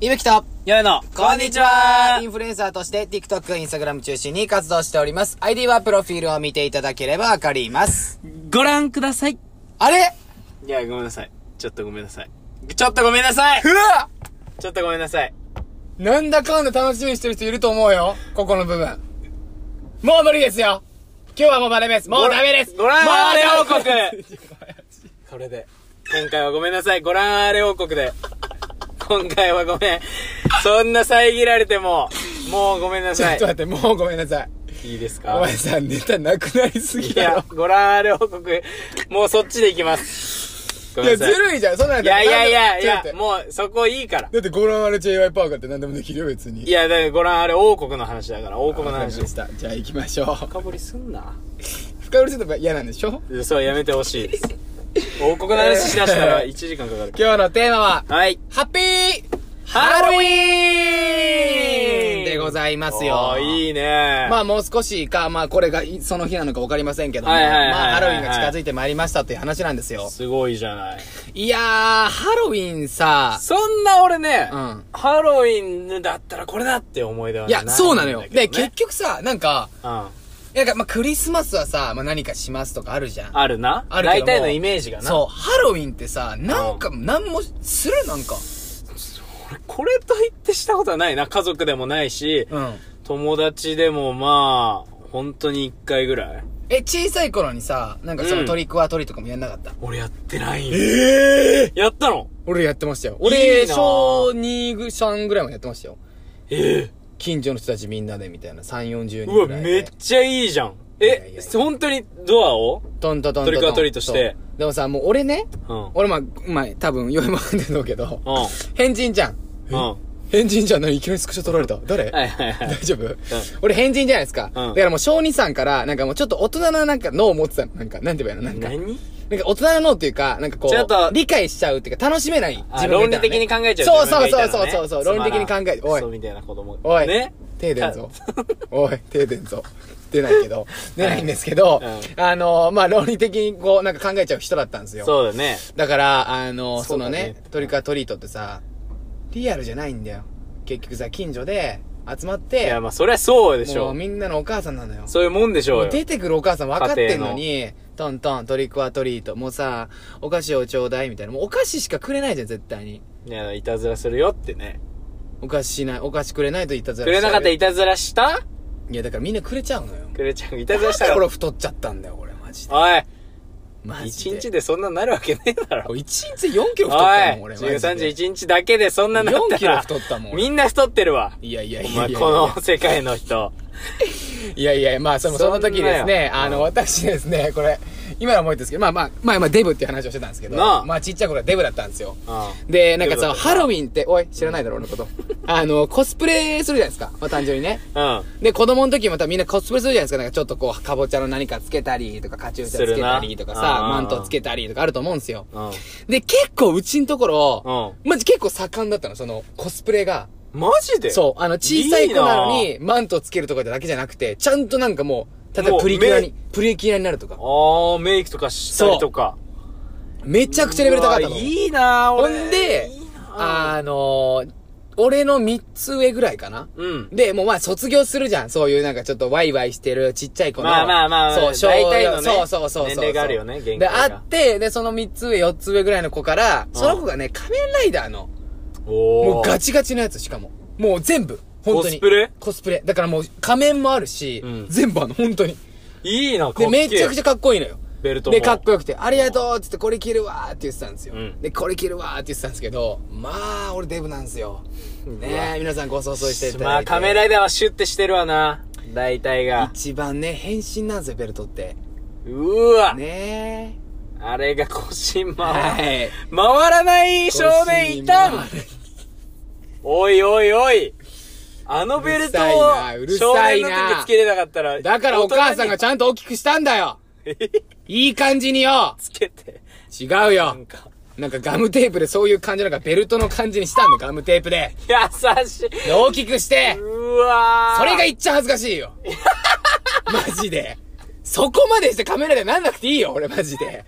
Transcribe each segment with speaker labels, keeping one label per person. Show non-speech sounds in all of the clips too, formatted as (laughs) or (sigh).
Speaker 1: いぶきと、
Speaker 2: よいの、
Speaker 1: こんにちはインフルエンサーとして TikTok、Instagram 中心に活動しております。ID はプロフィールを見ていただければわかります。
Speaker 2: ご覧ください
Speaker 1: あれ
Speaker 2: いや、ごめんなさい。ちょっとごめんなさい。ちょっとごめんなさいう
Speaker 1: わ
Speaker 2: ちょっとごめんなさい。
Speaker 1: なんだかんだ楽しみにしてる人いると思うよ。ここの部分。もう無理ですよ今日はもうダメですもうダメです
Speaker 2: ご覧
Speaker 1: もう
Speaker 2: あれ王
Speaker 1: ダメ (laughs) です
Speaker 2: 国これで。今回はごめんなさい。ご覧あれ王国で。今回はごめん。そんな遮られても、もうごめんな
Speaker 1: ちょ
Speaker 2: さ
Speaker 1: っ
Speaker 2: い
Speaker 1: と。待って、もうごめんなさい。
Speaker 2: いいです
Speaker 1: お
Speaker 2: か
Speaker 1: 前さ、ネタなくなりすぎ
Speaker 2: い
Speaker 1: だろ
Speaker 2: や。、ご覧あれ王国、もうそっちで行きます。ご
Speaker 1: い
Speaker 2: めん
Speaker 1: や、
Speaker 2: な
Speaker 1: ず
Speaker 2: さい。
Speaker 1: るいじゃん、そんなん
Speaker 2: いやいやいやいや、
Speaker 1: だ
Speaker 2: もうそこいいから。
Speaker 1: って、ゴロンアル JY パーカーって何でもできるよ、別に。
Speaker 2: いや、だからご覧あれ王国の話だから、王国の
Speaker 1: わかり
Speaker 2: 話
Speaker 1: まし。た。じゃあ行きましょう。
Speaker 2: 深掘りすんな。
Speaker 1: 深掘りすると嫌なんでしょ
Speaker 2: そう、やめてほしいです。王国の話しだしたら1時間かかる。
Speaker 1: 今日のテーマは、
Speaker 2: はい。
Speaker 1: ハッピー
Speaker 2: ハロウィーン
Speaker 1: でございますよ
Speaker 2: おーいいね。
Speaker 1: まあもう少しか、まあこれがいその日なのか分かりませんけども、
Speaker 2: はいはいはいはい
Speaker 1: まあハロウィンが近づいてまいりましたっていう話なんですよ。
Speaker 2: すごいじゃない。
Speaker 1: いやー、ハロウィンさ、
Speaker 2: そんな俺ね、
Speaker 1: うん
Speaker 2: ハロウィンだったらこれだって思い出はいない
Speaker 1: や、
Speaker 2: んだけどね。
Speaker 1: そうなのよ。で、結
Speaker 2: 構。
Speaker 1: 局さ、なんか、
Speaker 2: うん。
Speaker 1: なんかまあクリスマスはさ、まあ何かしますとかあるじゃん。
Speaker 2: あるな。
Speaker 1: あるけど
Speaker 2: 大
Speaker 1: も
Speaker 2: 体のイメージがな。
Speaker 1: そう、ハロウィンってさ、なんか、なんもするなんか。
Speaker 2: 俺これと言ってしたことはないな。家族でもないし、
Speaker 1: うん。
Speaker 2: 友達でもまあ、本当に一回ぐらい。
Speaker 1: え、小さい頃にさ、なんかそうの
Speaker 2: ん
Speaker 1: トリックはトリとかもやんなかった
Speaker 2: 俺やってないん
Speaker 1: ええ
Speaker 2: やったの
Speaker 1: 俺やってましたよ。俺、
Speaker 2: いいなぁ
Speaker 1: 小2ぐ、3ぐらいまでやってましたよ。
Speaker 2: ええ
Speaker 1: 近所の人たちみんなでみたいな、3、40人
Speaker 2: うわ、
Speaker 1: ぐらいで。
Speaker 2: めっちゃいいじゃん。え、
Speaker 1: いやいやいや
Speaker 2: 本当にドアを
Speaker 1: トントントントン
Speaker 2: トリックオアトリートして
Speaker 1: そう。でもさ、もう俺ね、
Speaker 2: うん。
Speaker 1: 俺まあ、まあ、多分、よいまんでんだけど、
Speaker 2: うん。
Speaker 1: 変人じゃん。
Speaker 2: うん。は
Speaker 1: 変人じゃん。何いきなりスクショ取られた誰、
Speaker 2: いはいはい。
Speaker 1: (laughs) 大丈夫、俺変人じゃないですか。だからもう小2さんから、なんかもうちょっと大人ななんか脳を持ってたの。なんか、なんて言えばいいのなんか、
Speaker 2: 何
Speaker 1: なんか大人の脳っていうか、なんかこう、
Speaker 2: ちょっと
Speaker 1: 理解しちゃうっていうか、楽しめない
Speaker 2: あ
Speaker 1: 自分みたいなね
Speaker 2: 論理的に考えちゃう。
Speaker 1: そうそうそうそう
Speaker 2: 自
Speaker 1: そう
Speaker 2: 分がいたらね
Speaker 1: そう、論理的に考えて、
Speaker 2: つまらん
Speaker 1: お
Speaker 2: クソ
Speaker 1: い、
Speaker 2: みたいな子供。
Speaker 1: おい
Speaker 2: ね。
Speaker 1: 停電ぞ。 (laughs) おい、停電ぞ。出ないけど、出ないんですけど、
Speaker 2: う
Speaker 1: あのまあ、論理的にこう、なんか考えちゃう人だったんですよ。
Speaker 2: そうだね。
Speaker 1: だから、あのそ
Speaker 2: そう
Speaker 1: の
Speaker 2: だね
Speaker 1: ね、トリカトリートってさ、リアルじゃないんだよ。結局さ、近所で集まっ
Speaker 2: いや、
Speaker 1: て、
Speaker 2: まあ、そりゃそうでし
Speaker 1: も
Speaker 2: ょ
Speaker 1: う。みんなのお母さんなのよ。
Speaker 2: そういうもんでしょ
Speaker 1: も
Speaker 2: う
Speaker 1: う
Speaker 2: よ。
Speaker 1: 出てくるお母さん分かってんのに、トントン、トリックはトリート。もうさ、お菓子をちょうだいみたいな。もうお菓子しかくれないじゃん、絶対に。
Speaker 2: いや、いたずらするよってね。
Speaker 1: お菓子しない、お菓子くれないといたず
Speaker 2: く
Speaker 1: らしち
Speaker 2: れ
Speaker 1: ゃ
Speaker 2: な
Speaker 1: う
Speaker 2: かったらいたずらした
Speaker 1: いや、だからみんなくれちゃうのよ。
Speaker 2: くれちゃう。いたずらしたか
Speaker 1: こ
Speaker 2: ら。
Speaker 1: れ太っちゃったんだよ、俺、マジで。
Speaker 2: おい、
Speaker 1: マジ
Speaker 2: 一
Speaker 1: で。
Speaker 2: 日でそんなになるわけねえだろ。
Speaker 1: 俺一日で4キロ太ったもん、
Speaker 2: おい、
Speaker 1: 俺、マジで。
Speaker 2: 13時1日だけでそんなになった
Speaker 1: 4
Speaker 2: ら。
Speaker 1: キロ太ったもん。
Speaker 2: みんな太ってるわ。
Speaker 1: いやいやい
Speaker 2: お
Speaker 1: や
Speaker 2: 前、
Speaker 1: いや。
Speaker 2: この世界の人。
Speaker 1: いやいや、まあ、その、その時です
Speaker 2: そんな
Speaker 1: ね、
Speaker 2: よ
Speaker 1: あの、私ですね、これ、今の思いですけど、まあまあ、まあまあ、デブっていう話をしてたんですけど、
Speaker 2: なあ
Speaker 1: まあ、ちっちゃい頃はデブだったんですよ。
Speaker 2: うん。
Speaker 1: で、なんか
Speaker 2: デブ
Speaker 1: さ、
Speaker 2: だった
Speaker 1: ハロウィンって、おい、知らないだろ、俺の
Speaker 2: (laughs)
Speaker 1: こと。あの、コスプレするじゃないですか。まあ、単純にね。
Speaker 2: うん。
Speaker 1: で、子供の時またみんなコスプレするじゃないですか。なんかちょっとこう、かぼちゃの何かつけたりとか、カチューシャつけたりとか
Speaker 2: する
Speaker 1: さ、
Speaker 2: な
Speaker 1: マントつけたりとかあると思うんですよ。
Speaker 2: うん。
Speaker 1: で、結構うちんところ、
Speaker 2: う
Speaker 1: マジ結構盛んだったの、その、コスプレが。
Speaker 2: ん。マジで
Speaker 1: そう、あの、小さい子なのに、マントつけるとかだけじゃなくて、ちゃんとなんかもう、例え
Speaker 2: も
Speaker 1: ば
Speaker 2: う
Speaker 1: プリキュアに
Speaker 2: め、
Speaker 1: プリキュアになるとか。
Speaker 2: ああ、メイクとかしたりとか。
Speaker 1: めちゃくちゃレベル高かった
Speaker 2: う
Speaker 1: の。
Speaker 2: わいいなぁ、
Speaker 1: ほ
Speaker 2: 俺。
Speaker 1: んで
Speaker 2: いいなぁ
Speaker 1: あのー、俺の三つ上ぐらいかな。
Speaker 2: うん。
Speaker 1: で、もうまあ卒業するじゃん。そういうなんかちょっとワイワイしてるちっちゃい子の。
Speaker 2: まあまあまあ
Speaker 1: そう、小
Speaker 2: 大体のね
Speaker 1: そうそうそうそう。
Speaker 2: 年齢があるよね限界
Speaker 1: で、
Speaker 2: が
Speaker 1: あって、で、その3つ上、4つ上ぐらいの子から、その子がね、仮面ライダーの、
Speaker 2: おー
Speaker 1: もうガチガチのやつしかも。もう全部。本当に。
Speaker 2: コスプレ
Speaker 1: コスプレ。だからもう仮面もあるし、
Speaker 2: うん
Speaker 1: 全部あの、本当に。
Speaker 2: いいな、かっけ
Speaker 1: で、
Speaker 2: え
Speaker 1: めちゃくちゃかっこいいのよ。
Speaker 2: ベルトも。
Speaker 1: で、かっこよくて、ありがとうっつって、これ着るわーって言ってたんですよ。
Speaker 2: うん
Speaker 1: で、これ着るわーって言ってたんですけど、まあ、俺デブなんですよ。ねえ、皆さんご想像していただいて。
Speaker 2: まあ、カメライダーはシュッてしてるわな。大体が。
Speaker 1: 一番ね、変身なんですよ、ベルトって。
Speaker 2: うーわ、
Speaker 1: ね
Speaker 2: あれが腰回る
Speaker 1: え。。はい。
Speaker 2: 回らない少年いたん
Speaker 1: 腰回る
Speaker 2: おいおいおい。あのベルトを
Speaker 1: うる、
Speaker 2: 少
Speaker 1: さい
Speaker 2: 年
Speaker 1: なうるさい
Speaker 2: の
Speaker 1: な
Speaker 2: 時つけれなかったら、
Speaker 1: だからお母さんが
Speaker 2: 大
Speaker 1: ちゃんと大きくしたんだよ
Speaker 2: 人に
Speaker 1: いい感じによ
Speaker 2: つけて、
Speaker 1: 違う
Speaker 2: な
Speaker 1: よ
Speaker 2: んか。
Speaker 1: なんかガムテープでそういう感じなんかベルトの感じにしたんだ、ガムテープで。
Speaker 2: 優しい。
Speaker 1: で大きくして、
Speaker 2: うわー
Speaker 1: それがいっちゃ恥ずかしい
Speaker 2: (laughs)
Speaker 1: よ。マジで。そこまでしてカメラでなんなくていいよ、俺マジで。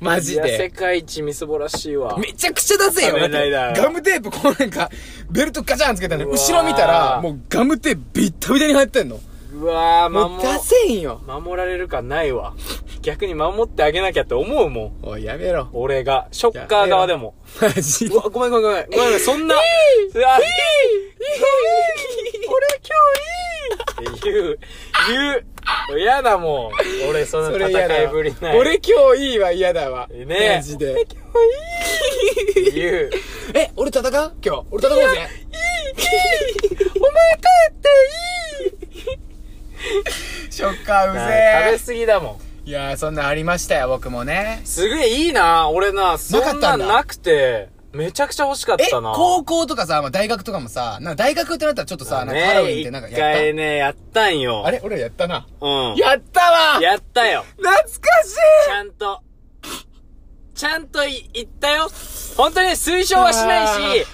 Speaker 1: マジ
Speaker 2: いや世
Speaker 1: で。
Speaker 2: 界一みすぼらしいわ。
Speaker 1: めちゃくちゃだぜよ。
Speaker 2: 仮面ライダ
Speaker 1: だ
Speaker 2: ー
Speaker 1: ってガムテープ、こうなんか、ベルトガチャンつけたのに
Speaker 2: うわー
Speaker 1: 後ろ見たら、もうガムテープビッタビタに入ってんの。
Speaker 2: うわぁ、
Speaker 1: もう
Speaker 2: 守
Speaker 1: 出せんよ。
Speaker 2: 守られる感ないわ。逆に守ってあげなきゃって思うもん。
Speaker 1: おい、やめろ。
Speaker 2: 俺が。ショッカー側でも。
Speaker 1: マジ
Speaker 2: うわ、ごめんごめんごめん。ごめんごめん、そんな。うわ俺今日いいって言う、言う。嫌だもん。俺その
Speaker 1: それ嫌だ
Speaker 2: 戦い
Speaker 1: わ。
Speaker 2: ぶりない。
Speaker 1: 俺今日いいは嫌だわ。
Speaker 2: ね
Speaker 1: マジで。
Speaker 2: 言う。
Speaker 1: え、俺戦う今日。俺戦おうぜ。ショッカーう
Speaker 2: な食べ
Speaker 1: ぜ
Speaker 2: 過ぎだもん。
Speaker 1: ー。いやー、そんなんありましたよ、僕もね。
Speaker 2: すげえいいな俺な、そ
Speaker 1: かっ
Speaker 2: んな
Speaker 1: たんだ
Speaker 2: んなくて、めちゃくちゃ欲しかっ
Speaker 1: え、
Speaker 2: たな。
Speaker 1: 高校とかさ、まあ、大学とかもさ、なんか大学ってなったらちょっとさ、なんかハロウィンってなんか
Speaker 2: ね一
Speaker 1: や
Speaker 2: 回
Speaker 1: っ
Speaker 2: ね、やったんよ。
Speaker 1: た。あれ俺らやったな。
Speaker 2: うん。
Speaker 1: やったわ
Speaker 2: やったよ。
Speaker 1: 懐かし
Speaker 2: ちゃんと。ちゃんとい言ったよ。本当に推奨はしないし、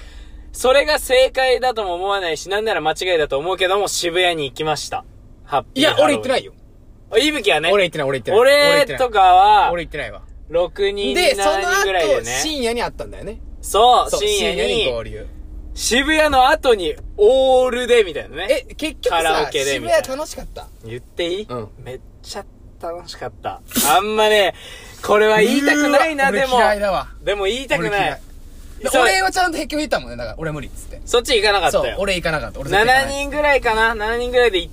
Speaker 2: それが正解だとも思わないし、なんなら間違いだと思うけども、渋谷に行きました。ハッピ
Speaker 1: い
Speaker 2: ー。
Speaker 1: いや、俺行ってないいよ。
Speaker 2: いぶきはね。
Speaker 1: 俺行ってない、俺行ってない。
Speaker 2: 俺とかは、
Speaker 1: 俺行ってないわ。
Speaker 2: 6人、
Speaker 1: で、その
Speaker 2: 7人ぐらいで
Speaker 1: 後、
Speaker 2: ね。
Speaker 1: 深夜にあったんだよね。
Speaker 2: そう、
Speaker 1: そう
Speaker 2: 深夜に、
Speaker 1: 合流。
Speaker 2: 渋谷の後に、オールで、みたいなね。
Speaker 1: え、結局
Speaker 2: カラオ
Speaker 1: さ、
Speaker 2: ケで
Speaker 1: 渋
Speaker 2: みたいな
Speaker 1: 谷楽しかった。
Speaker 2: 言っていい、
Speaker 1: うん
Speaker 2: めっちゃ楽しかった。あんまね、これは言いたくないうな、
Speaker 1: ーわ
Speaker 2: でも
Speaker 1: 俺。嫌いだわ。
Speaker 2: でも言いたく
Speaker 1: 俺
Speaker 2: な
Speaker 1: 嫌
Speaker 2: い。
Speaker 1: で
Speaker 2: そう
Speaker 1: 俺はちゃんと壁を言ったもんね。だから、俺無理っつって。
Speaker 2: そっち行かなか
Speaker 1: そ
Speaker 2: った
Speaker 1: う、
Speaker 2: よ。
Speaker 1: 俺行かなかった。俺絶対行か
Speaker 2: 7
Speaker 1: ない
Speaker 2: 人ぐらいかな ?7 人ぐらいで行っ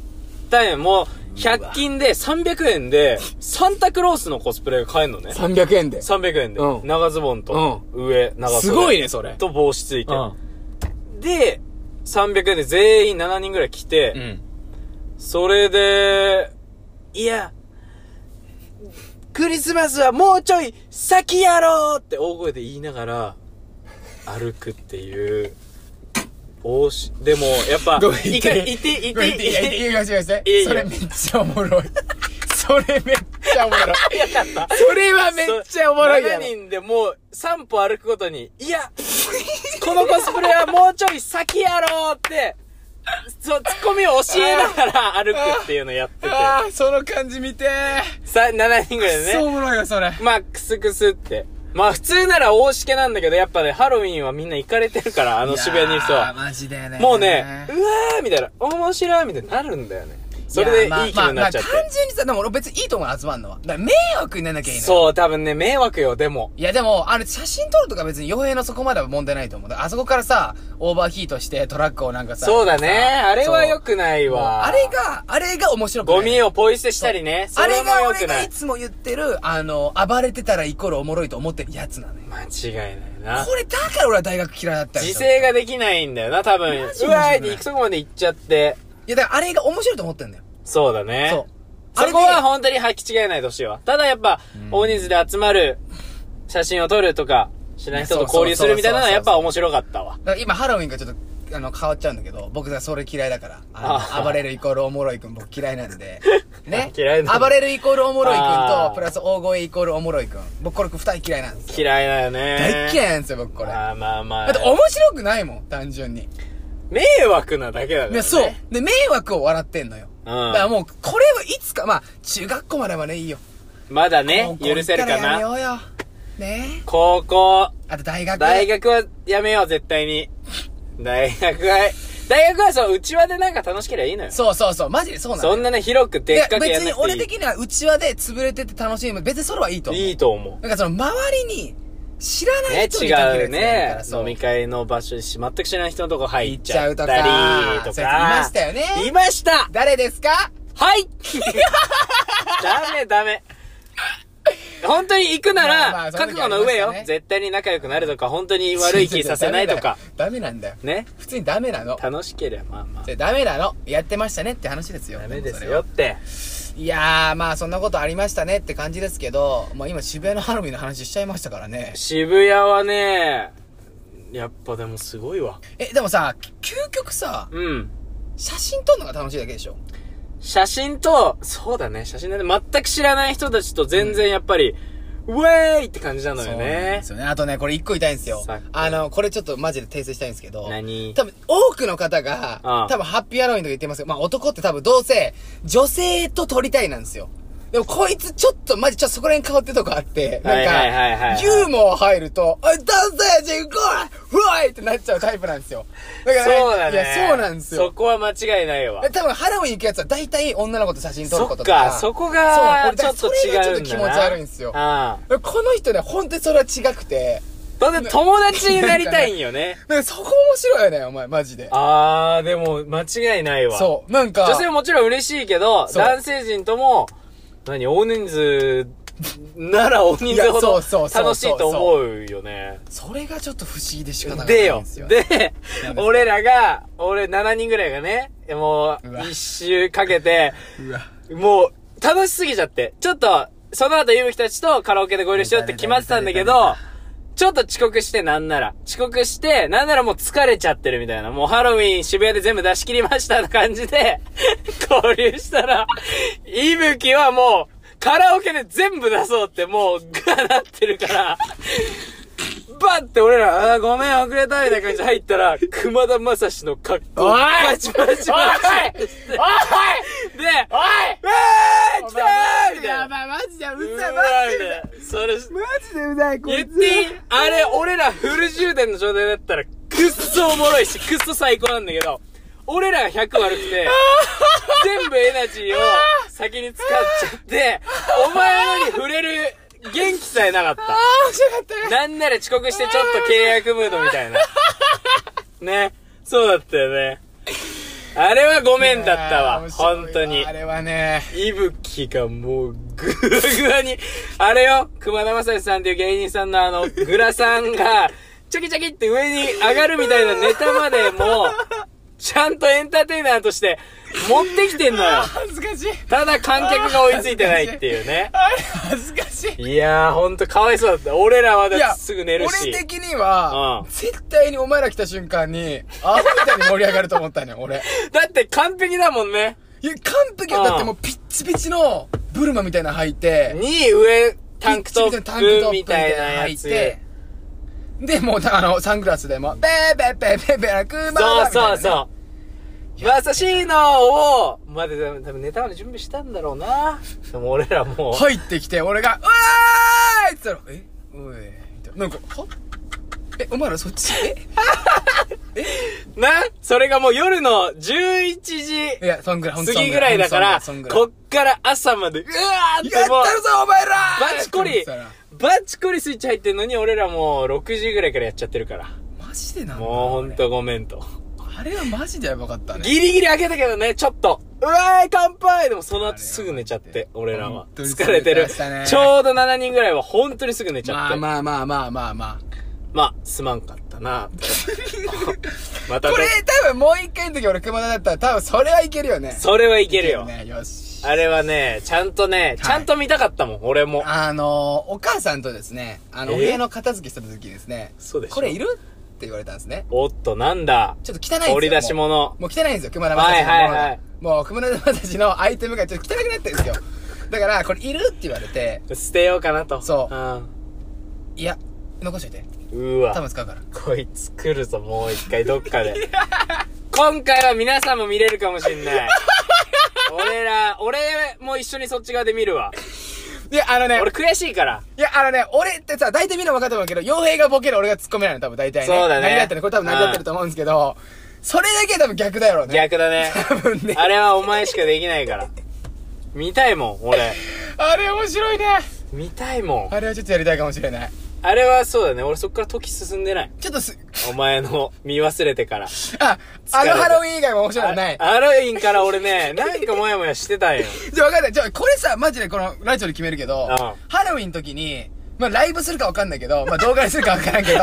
Speaker 2: たんよ。もう、100均で300円で、サンタクロースのコスプレが買えんのね。
Speaker 1: 300円で。
Speaker 2: 300円で。
Speaker 1: うん
Speaker 2: 長ズボンと、上、長袖。
Speaker 1: すごいねそれ
Speaker 2: と帽子ついて。
Speaker 1: うん。
Speaker 2: で、300円で全員7人ぐらい来て、
Speaker 1: うん。
Speaker 2: それで、いや、クリスマスはもうちょい先やろうって大声で言いながら、歩くっていう、帽子、でも、やっぱ、
Speaker 1: ごめん言
Speaker 2: い
Speaker 1: っ
Speaker 2: か
Speaker 1: て
Speaker 2: いて、い
Speaker 1: ごめん
Speaker 2: て、
Speaker 1: 言
Speaker 2: い
Speaker 1: っていいいいよい
Speaker 2: て、
Speaker 1: いよいいよいいよ
Speaker 2: いいよ
Speaker 1: それめっちゃおもろい。それめっちゃおもろい。
Speaker 2: よかった。
Speaker 1: それはめっちゃおもろいや
Speaker 2: 7
Speaker 1: ろ。
Speaker 2: 人でもう3歩歩くごとに、いや、このコスプレはもうちょい先やろうって、そう、ツッコミを教えながら歩くっていうのやってて、
Speaker 1: ああ、その感じ見て
Speaker 2: さ、7人ぐらいでね。
Speaker 1: そうおもろいよ、それ。
Speaker 2: まあ、クスクスって。まあ、普通なら大しけなんだけど、やっぱね、ハロウィンはみんな行かれてるから、あの渋谷にいる人
Speaker 1: いやー
Speaker 2: は。
Speaker 1: マジでね。
Speaker 2: もうね、うわーみたいな、面白いみたいになるんだよね。それでいい
Speaker 1: やー
Speaker 2: 気分になっちゃっ
Speaker 1: まあまあ単
Speaker 2: て。
Speaker 1: 純にさ、でも俺別にいいと思う、集まんのは。だから迷惑にならなきゃいいのよ。
Speaker 2: そう、多分ね、迷惑よ、でも。
Speaker 1: いやでも、あれ写真撮るとか別に傭兵のそこまでは問題ないと思う。だからあそこからさ、オーバーヒートしてトラックをなんかさ。
Speaker 2: そうだね。
Speaker 1: さ
Speaker 2: あれは良くない
Speaker 1: そう
Speaker 2: わ。
Speaker 1: あれが、あれが面白くない。
Speaker 2: ゴミをポイ捨てしたりね。そ
Speaker 1: あれ
Speaker 2: れも
Speaker 1: が
Speaker 2: 良
Speaker 1: 俺
Speaker 2: く
Speaker 1: が
Speaker 2: ないい。
Speaker 1: つも言ってる、あの、暴れてたらイコールおもろいと思ってるやつなのよ。
Speaker 2: 間違いないな
Speaker 1: こ。れだから俺は大学嫌いだったんで
Speaker 2: 自
Speaker 1: すよ。い
Speaker 2: 制ができないんだよな、多分。うわ
Speaker 1: マジ面白くない
Speaker 2: ーって行くとこまで行っちゃって。
Speaker 1: やだからあれが面白いと思ってんだよ。
Speaker 2: そうだね。
Speaker 1: そう。
Speaker 2: そこは
Speaker 1: あ
Speaker 2: 本当に履き違えないでほしいわ。ただやっぱ、大人数で集まる、写真を撮るとか、知らない人と交流するみたいなのはやっぱ面白かったわ。
Speaker 1: れで、だから今ハロウィンがちょっと、あの、変わっちゃうんだけど、僕がそれ嫌いだから。あ
Speaker 2: あー
Speaker 1: の、暴れるイコールおもろいくん僕嫌いなん
Speaker 2: (laughs)
Speaker 1: で。ね
Speaker 2: 嫌いなんだ
Speaker 1: 暴れるイコールおもろいくん
Speaker 2: あ
Speaker 1: と
Speaker 2: ー、
Speaker 1: プラス大声イコールおもろいくん。僕これ二人嫌いなんですよ。
Speaker 2: 嫌いだよね。
Speaker 1: 大っ
Speaker 2: い。
Speaker 1: 嫌いなんですよ、僕これ。だ
Speaker 2: まあまあまあ
Speaker 1: って。面白くないもん、単純に。
Speaker 2: 迷惑なだけだから、ね。
Speaker 1: で、そう。で、迷惑を笑ってんのよ。
Speaker 2: うん
Speaker 1: だからもう、これはいつか、まあ、中学校まではね、いいよ。
Speaker 2: まだね、
Speaker 1: 高校
Speaker 2: 許せるか
Speaker 1: 行ったらやめよ
Speaker 2: な。
Speaker 1: うよ。ね
Speaker 2: 高校、
Speaker 1: あと大学。
Speaker 2: 大学はやめよう、絶対に。大学は、大学はそう、内輪でなんか楽しければいいのよ。
Speaker 1: そうそうそう、マジでそうなのよ
Speaker 2: そんなね、広くでっかく
Speaker 1: いや
Speaker 2: や
Speaker 1: 別
Speaker 2: んな
Speaker 1: に
Speaker 2: くてい
Speaker 1: 俺
Speaker 2: い。
Speaker 1: 的には内輪で潰れてて楽しむ別にそれはいいと思う
Speaker 2: いいと思う。
Speaker 1: なんかその周りに知らな
Speaker 2: ね
Speaker 1: い、人に限る
Speaker 2: 違う
Speaker 1: やつだか
Speaker 2: ね
Speaker 1: ら。そう
Speaker 2: 飲み会の場所にし全く知らない人のとこ入っ
Speaker 1: 行っ
Speaker 2: ち
Speaker 1: ち
Speaker 2: ゃ
Speaker 1: ゃ
Speaker 2: っ
Speaker 1: う
Speaker 2: た
Speaker 1: と
Speaker 2: り
Speaker 1: か
Speaker 2: と
Speaker 1: そうや
Speaker 2: か。
Speaker 1: ついましたよね
Speaker 2: いました
Speaker 1: 誰ですか
Speaker 2: はい
Speaker 1: (laughs)
Speaker 2: ダメダメ。本当に行くなら、
Speaker 1: まあまあその
Speaker 2: 覚
Speaker 1: 時あ
Speaker 2: 悟
Speaker 1: りま
Speaker 2: の
Speaker 1: したね
Speaker 2: 上よ。絶対に仲良くなるとか、本当に悪い気させな
Speaker 1: (laughs)
Speaker 2: いとか。
Speaker 1: ダメなんだよ
Speaker 2: ね。
Speaker 1: 普通にダメなの
Speaker 2: 楽しければ、まあまあ。
Speaker 1: でダメなのやってましたねって話ですよ
Speaker 2: ダメです
Speaker 1: それ
Speaker 2: よ
Speaker 1: は
Speaker 2: って。
Speaker 1: いやーまあそんなことありましたねって感じですけどまあ今渋谷のハロウィンの話しちゃいましたからね
Speaker 2: 渋谷はね、やっぱでもすごいわ。
Speaker 1: えでもさ究極さ
Speaker 2: うん。
Speaker 1: 写真撮るのが楽しいだけでしょ
Speaker 2: 写真と、そうだね、写真だね。全く知らない人たちと全然やっぱり、ウェーイって感じなの
Speaker 1: そう
Speaker 2: よ
Speaker 1: なん
Speaker 2: ね
Speaker 1: で。すよね。あとね、これ一個言いたいんですよ
Speaker 2: さっき。
Speaker 1: あの、これちょっとマジで訂正したいんですけど。
Speaker 2: 何
Speaker 1: 多分、多くの方が、
Speaker 2: ああ
Speaker 1: 多分、ハッピーハロウィンとか言ってますけど、まあ男って多分、どうせ、女性と撮りたいなんですよ。でもこいつちょっと、マジちょっとそこら辺変わってとこあって、な
Speaker 2: はいはいはい
Speaker 1: ん
Speaker 2: は
Speaker 1: か、
Speaker 2: い
Speaker 1: ユーモア入ると、あ、ダンサー人、ゴーふわいってなっちゃうタイプなんですよ。だからね、
Speaker 2: そうだね。
Speaker 1: いや、そうなんです
Speaker 2: そ
Speaker 1: よ。
Speaker 2: こは間違いないわ
Speaker 1: え。多分、ハロウィン行くやつは大体女の子と写真撮る
Speaker 2: そ
Speaker 1: こ
Speaker 2: っ
Speaker 1: ととか。
Speaker 2: か、そこ
Speaker 1: そう
Speaker 2: が
Speaker 1: 俺、
Speaker 2: ちょっと違うんだ
Speaker 1: それが
Speaker 2: な。
Speaker 1: ちょっと気持ち悪いんですよ
Speaker 2: ああ。
Speaker 1: この人ね、本当にそれは違くて。
Speaker 2: だって友達になりたいんよね。
Speaker 1: なんかそこ面白いよね、お前、マジで。
Speaker 2: (laughs) あー、でも、間違いないわ。
Speaker 1: そう。なんか、
Speaker 2: 女性ももちろん嬉しいけど、
Speaker 1: そう
Speaker 2: 男性陣とも、何、大人数なら大人数ほ
Speaker 1: いやそうそうそう
Speaker 2: ど
Speaker 1: そう
Speaker 2: 楽しいと思うよね。
Speaker 1: それがちょっと不思議で仕方がない
Speaker 2: で
Speaker 1: ん
Speaker 2: よ
Speaker 1: ですよ。。
Speaker 2: で
Speaker 1: なん、です
Speaker 2: 俺らが、俺7人ぐらいがね、も
Speaker 1: うわ
Speaker 2: う、一周かけて、
Speaker 1: うわ。
Speaker 2: もう、楽しすぎちゃって。ちょっと、その後、ゆぶきたちとカラオケで合流しようって決まってたんだけど、ちょっと遅刻してなんなら。遅刻して、なんならもう疲れちゃってるみたいな。もうハロウィン渋谷で全部出し切りましたって感じで、 (laughs) 合流したら、いぶきはもう、カラオケで全部出そうってもう、ガーなってるから、バッて俺ら、あーごめん遅れたみたいな感じで入ったら、熊田正史の格好。
Speaker 1: おい
Speaker 2: パチパチパチ
Speaker 1: おいおい
Speaker 2: で、
Speaker 1: おい
Speaker 2: わー来たーみたいな。
Speaker 1: ばい、マジで、う
Speaker 2: う
Speaker 1: ざい、マ
Speaker 2: わー
Speaker 1: ジ
Speaker 2: み
Speaker 1: でうざい。
Speaker 2: たいな。それ、
Speaker 1: マジでうざい、こい
Speaker 2: 言っ
Speaker 1: つ。
Speaker 2: ていいあれ、俺らフル充電の状態だったら、くっそおもろいし、くっそ最高なんだけど、俺らが100悪く
Speaker 1: (laughs)
Speaker 2: て、全部エナジーを先に使っちゃって、お前らに触れる元気さえなかっ
Speaker 1: あ
Speaker 2: た。
Speaker 1: ー、面白かったね。
Speaker 2: なんなら遅刻してちょっと契約ムードみたいな。ね。そうだったよね。あれはごめんだった
Speaker 1: いや
Speaker 2: わ。
Speaker 1: ー面白い
Speaker 2: 本当に
Speaker 1: あ。れはね。
Speaker 2: いぶきがもうぐーぐーに、あれよ、熊田正史さんっていう芸人さんの
Speaker 1: (laughs)
Speaker 2: あの、グラさんが、チョキチョキって上に上がるみたいなネタまでも、ちゃんとエンターテイナーとして持ってきてんのよ。
Speaker 1: 恥ずかしい。
Speaker 2: ただ観客が追いついてないっていうね。
Speaker 1: あれ、恥ずかしい。
Speaker 2: いやーほんとかわいそうだった。俺らはだってすぐ寝るし。
Speaker 1: 俺的には、
Speaker 2: うん
Speaker 1: 絶対にお前ら来た瞬間に、アホみたいに盛り上がると思ったね、俺。
Speaker 2: だって完璧だもんね。
Speaker 1: いや、完璧よ。
Speaker 2: うん
Speaker 1: だってもうピッチピチのブルマみたいなの履いて、
Speaker 2: に上、タンクト
Speaker 1: ピッチピチのタンク
Speaker 2: ッ
Speaker 1: トッ
Speaker 2: プ
Speaker 1: プみ
Speaker 2: みた
Speaker 1: た
Speaker 2: い
Speaker 1: い
Speaker 2: な
Speaker 1: なの履
Speaker 2: や
Speaker 1: い
Speaker 2: つ。
Speaker 1: て、で、もうあの、サングラスでも、ベーベーベーベーベー、クーマ
Speaker 2: そう
Speaker 1: ー
Speaker 2: そう
Speaker 1: う。
Speaker 2: そう。まさしいのを、まで多分多分ネタまで準備したんだろうな。でも俺らもう、
Speaker 1: 入ってきて、俺が、うわーいって言ったら、えおい。みたいななんか、はえ、お前らそっ
Speaker 2: (laughs)
Speaker 1: ちえ
Speaker 2: な、それがもう夜の11時
Speaker 1: いや、そんぐらい、ほんと
Speaker 2: 過ぎぐらいだから、
Speaker 1: そんぐらい
Speaker 2: こっから朝まで、うわーっ
Speaker 1: やってたるぞ
Speaker 2: もう、、
Speaker 1: お前ら
Speaker 2: バチコ
Speaker 1: って思っ
Speaker 2: リ
Speaker 1: てたら、
Speaker 2: バチコリスイッチ入ってんのに俺らもう6時ぐらいからやっちゃってるから。
Speaker 1: マジでなんだ
Speaker 2: もうほんとごめんと。
Speaker 1: あれはマジでやばかったね。
Speaker 2: ギリギリ開けたけどね、ちょっと。うわーい、乾杯でもその後すぐ寝ちゃっ
Speaker 1: あれ
Speaker 2: て、俺らは
Speaker 1: 本。当にすぐ
Speaker 2: 疲れてる
Speaker 1: 寝ちゃったね。
Speaker 2: ちょうど7人ぐらいは本当にすぐ寝ちゃっ
Speaker 1: ま
Speaker 2: て。
Speaker 1: あまあまあまあまあまあ。
Speaker 2: まあ、すまんかっ
Speaker 1: (laughs)
Speaker 2: たな。またど
Speaker 1: これ多分もう一回の時俺熊田だったら多分それはいけるよね。
Speaker 2: それはいけるよ。
Speaker 1: ね、よし。
Speaker 2: あれはね、ちゃんとね、ちゃんと見たかったもん、俺も。
Speaker 1: あのー、お母さんとですね、あの、
Speaker 2: え
Speaker 1: お部屋の片付けした時ですね、
Speaker 2: そうでしょ
Speaker 1: これいるって言われたんですね。
Speaker 2: おっと、なんだ。
Speaker 1: ちょっと汚いんですよ。
Speaker 2: 掘り出し
Speaker 1: も
Speaker 2: 物
Speaker 1: う。。もう汚いんですよ、熊田正史のものが。
Speaker 2: はいはいはい
Speaker 1: もう熊田正史のアイテムがちょっと汚くなってるんですよ。だから、これいるって言われて、
Speaker 2: 捨てようかなと。
Speaker 1: そ
Speaker 2: うん。
Speaker 1: いや、残しといて。多
Speaker 2: うわ。
Speaker 1: 分使うから。
Speaker 2: こいつ来るぞ、もう
Speaker 1: (laughs)
Speaker 2: 一回どっかで。今回は皆さんも見れるかもしんない。俺ら、俺も一緒にそっち側で見るわ。
Speaker 1: いや、あのね、
Speaker 2: 俺悔しいから。
Speaker 1: いや、あのね、俺ってさ、大体みんな分かってるけど、傭兵がボケる俺が突っ込めないの、多分大体ね。
Speaker 2: そうだね
Speaker 1: 成り立ってる、これ多分成り立ってると思うんですけど、それだけ多分逆だよね。。
Speaker 2: 逆だね。
Speaker 1: 多分ね。
Speaker 2: あれはお前しかできないから。見たいもん、俺。
Speaker 1: あれ面白いね。
Speaker 2: 見たいもん。
Speaker 1: あれはちょっとやりたいかもしれない。
Speaker 2: あれはそうだね。俺そっから時進んでない。
Speaker 1: ちょっとす、
Speaker 2: お前の (laughs) 見忘れてから。
Speaker 1: あ、
Speaker 2: れ
Speaker 1: あ
Speaker 2: て
Speaker 1: のハロウィン以外も面白いのない。
Speaker 2: あハロウィンから俺
Speaker 1: (laughs)
Speaker 2: ね、なんかモヤモヤしてたんよ。
Speaker 1: じゃあ分かんない。じゃあこれさ、マジでこのラジオで決めるけど、
Speaker 2: ん
Speaker 1: ハロウィンの時に、まあライブするか分かんないけど、まあ動画にするか分からんけ
Speaker 2: (laughs)
Speaker 1: ど、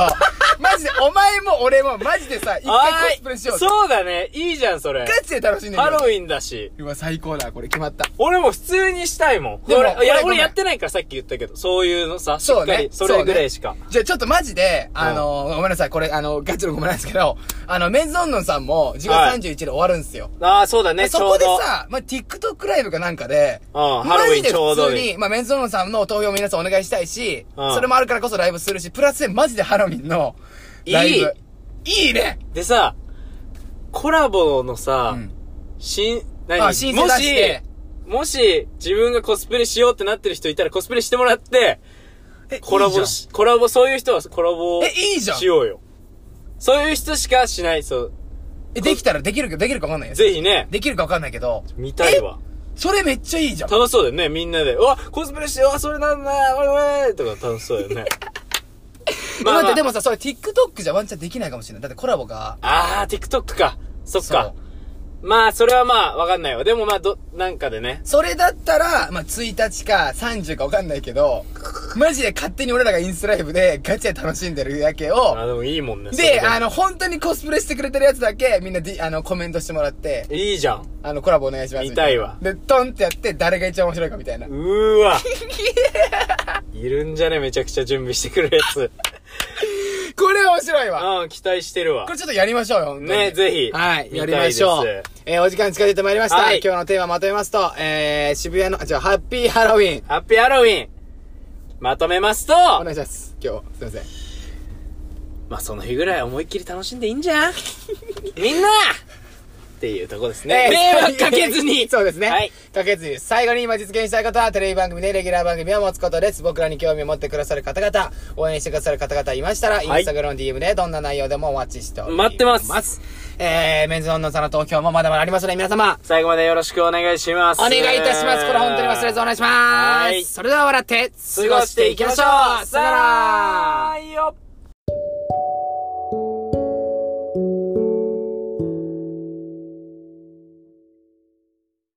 Speaker 1: マジでお前も俺もマジで (laughs) さ、一回コスプレしよ
Speaker 2: あー
Speaker 1: う。
Speaker 2: そうだね。いいじゃん、それ。
Speaker 1: ガチで楽しんでみよう
Speaker 2: ハロウィンだし。
Speaker 1: うわ、最高だ。これ決まった。
Speaker 2: 俺も普通にしたいもん。
Speaker 1: でも
Speaker 2: 俺、いや
Speaker 1: 俺、ごめ
Speaker 2: 俺
Speaker 1: ん
Speaker 2: やってないからさっき言ったけど、そういうのさ、しっ
Speaker 1: そう
Speaker 2: か
Speaker 1: ね
Speaker 2: り、。それぐらいしか
Speaker 1: そう。ねじゃあちょっとマジで、
Speaker 2: ん
Speaker 1: あのー、ごめんなさい、これ、あの、ガチのごめんなんですけど、あの、メンズノンノンさんも、10月
Speaker 2: はい
Speaker 1: 31日で終わるんですよ。
Speaker 2: ああ、そうだね、ち
Speaker 1: そ
Speaker 2: ょ
Speaker 1: こ
Speaker 2: う
Speaker 1: で
Speaker 2: ど。
Speaker 1: さ、まあ、TikTok ライブかなんかで、
Speaker 2: うんハロウィンちょうど
Speaker 1: マ
Speaker 2: に
Speaker 1: ジで普通に、まあ、メンズノンノンさんの投票皆さんお願いしたいし、
Speaker 2: うん
Speaker 1: それもあるからこそライブするし、プラスでマジでハロウィンの、ライブ。いいね
Speaker 2: でさ、コラボのさ、
Speaker 1: うん
Speaker 2: 新、
Speaker 1: あ
Speaker 2: 何
Speaker 1: 申請
Speaker 2: も
Speaker 1: 出し、
Speaker 2: してもし、自分がコスプレしようってなってる人いたらコスプレしてもらって、
Speaker 1: え
Speaker 2: コラ
Speaker 1: い
Speaker 2: ボ
Speaker 1: いじ
Speaker 2: し、コラボ、そういう人はコラボを
Speaker 1: ゃんえ、いいじゃん
Speaker 2: しようよ。そういう人しかしない、そう。
Speaker 1: え、できたらできるか、できるかわかんないです。
Speaker 2: ぜひね、
Speaker 1: できるかわかんないけど。
Speaker 2: 見たいわ。
Speaker 1: それめっちゃいいじゃん。
Speaker 2: 楽しそうだよね、みんなで。うわ、コスプレして、うわ、それなんだ、おいおいとか楽しそうだよ
Speaker 1: (laughs)
Speaker 2: ね。まあまあ
Speaker 1: 待って、でもさ、それ TikTok じゃワンチャンできないかもしれない。だってコラボが。
Speaker 2: あー、TikTok か。そっ
Speaker 1: そ
Speaker 2: か
Speaker 1: う。
Speaker 2: まあ、それはまあ、わかんないわ。でもまあ、ど、なんかでね。
Speaker 1: それだったら、まあ、1日か30かわかんないけど、マジで勝手に俺らがインスタライブでガチで楽しんでる夜景
Speaker 2: あ
Speaker 1: を、
Speaker 2: ー、でもいいもんね。そ
Speaker 1: で、
Speaker 2: れ
Speaker 1: あの、本当にコスプレしてくれてるやつだけ、みんな、D、あの、コメントしてもらって、
Speaker 2: いいじゃん。
Speaker 1: あの、コラボお願いします。
Speaker 2: 見たいわ
Speaker 1: で、トンってやって、誰が一番面白いかみたいな。
Speaker 2: うー
Speaker 1: (laughs)
Speaker 2: わ。いるんじゃねめちゃくちゃ準備してくるやつ。
Speaker 1: これ面白いわ。
Speaker 2: うん、期待してるわ
Speaker 1: こ。れちょっとやりましょうよ、本当に
Speaker 2: ねぜひ
Speaker 1: はい、
Speaker 2: 見
Speaker 1: や
Speaker 2: たい
Speaker 1: り
Speaker 2: です
Speaker 1: ましょう。えーお時間近づいてまいりました。
Speaker 2: はい
Speaker 1: 今日のテーマまとめますと、えー、渋谷の、あ、違う、ハッピーハロウィン。
Speaker 2: ハッピーハロウィンまとめますと
Speaker 1: お願いします。今日、すいません。
Speaker 2: まあその日ぐらい思いっきり楽しんでいいんじ
Speaker 1: (laughs)
Speaker 2: ゃんみんなっていうとこです
Speaker 1: え
Speaker 2: ね。
Speaker 1: ー
Speaker 2: 迷惑かけずに
Speaker 1: (laughs) そうですね。
Speaker 2: はい。
Speaker 1: かけずに。最後に今実現したいことは、テレビ番組でレギュラー番組を持つことです。僕らに興味を持ってくださる方々、応援してくださる方々いましたら、インスタグラムの DM でどんな内容でもお待ちしております。
Speaker 2: 待ってます
Speaker 1: えー、メンズノンノさんの投票もまだまだありますので、皆様、
Speaker 2: 最後までよろしくお願いします。
Speaker 1: お願いいたします。これ本当に忘れずお願いします。
Speaker 2: はい
Speaker 1: それでは笑って、過
Speaker 2: 過
Speaker 1: ご
Speaker 2: ご
Speaker 1: し
Speaker 2: してて
Speaker 1: い
Speaker 2: い
Speaker 1: き
Speaker 2: き
Speaker 1: ま
Speaker 2: ま
Speaker 1: し
Speaker 2: し
Speaker 1: ょ
Speaker 2: ょ
Speaker 1: う
Speaker 2: う
Speaker 1: さよなら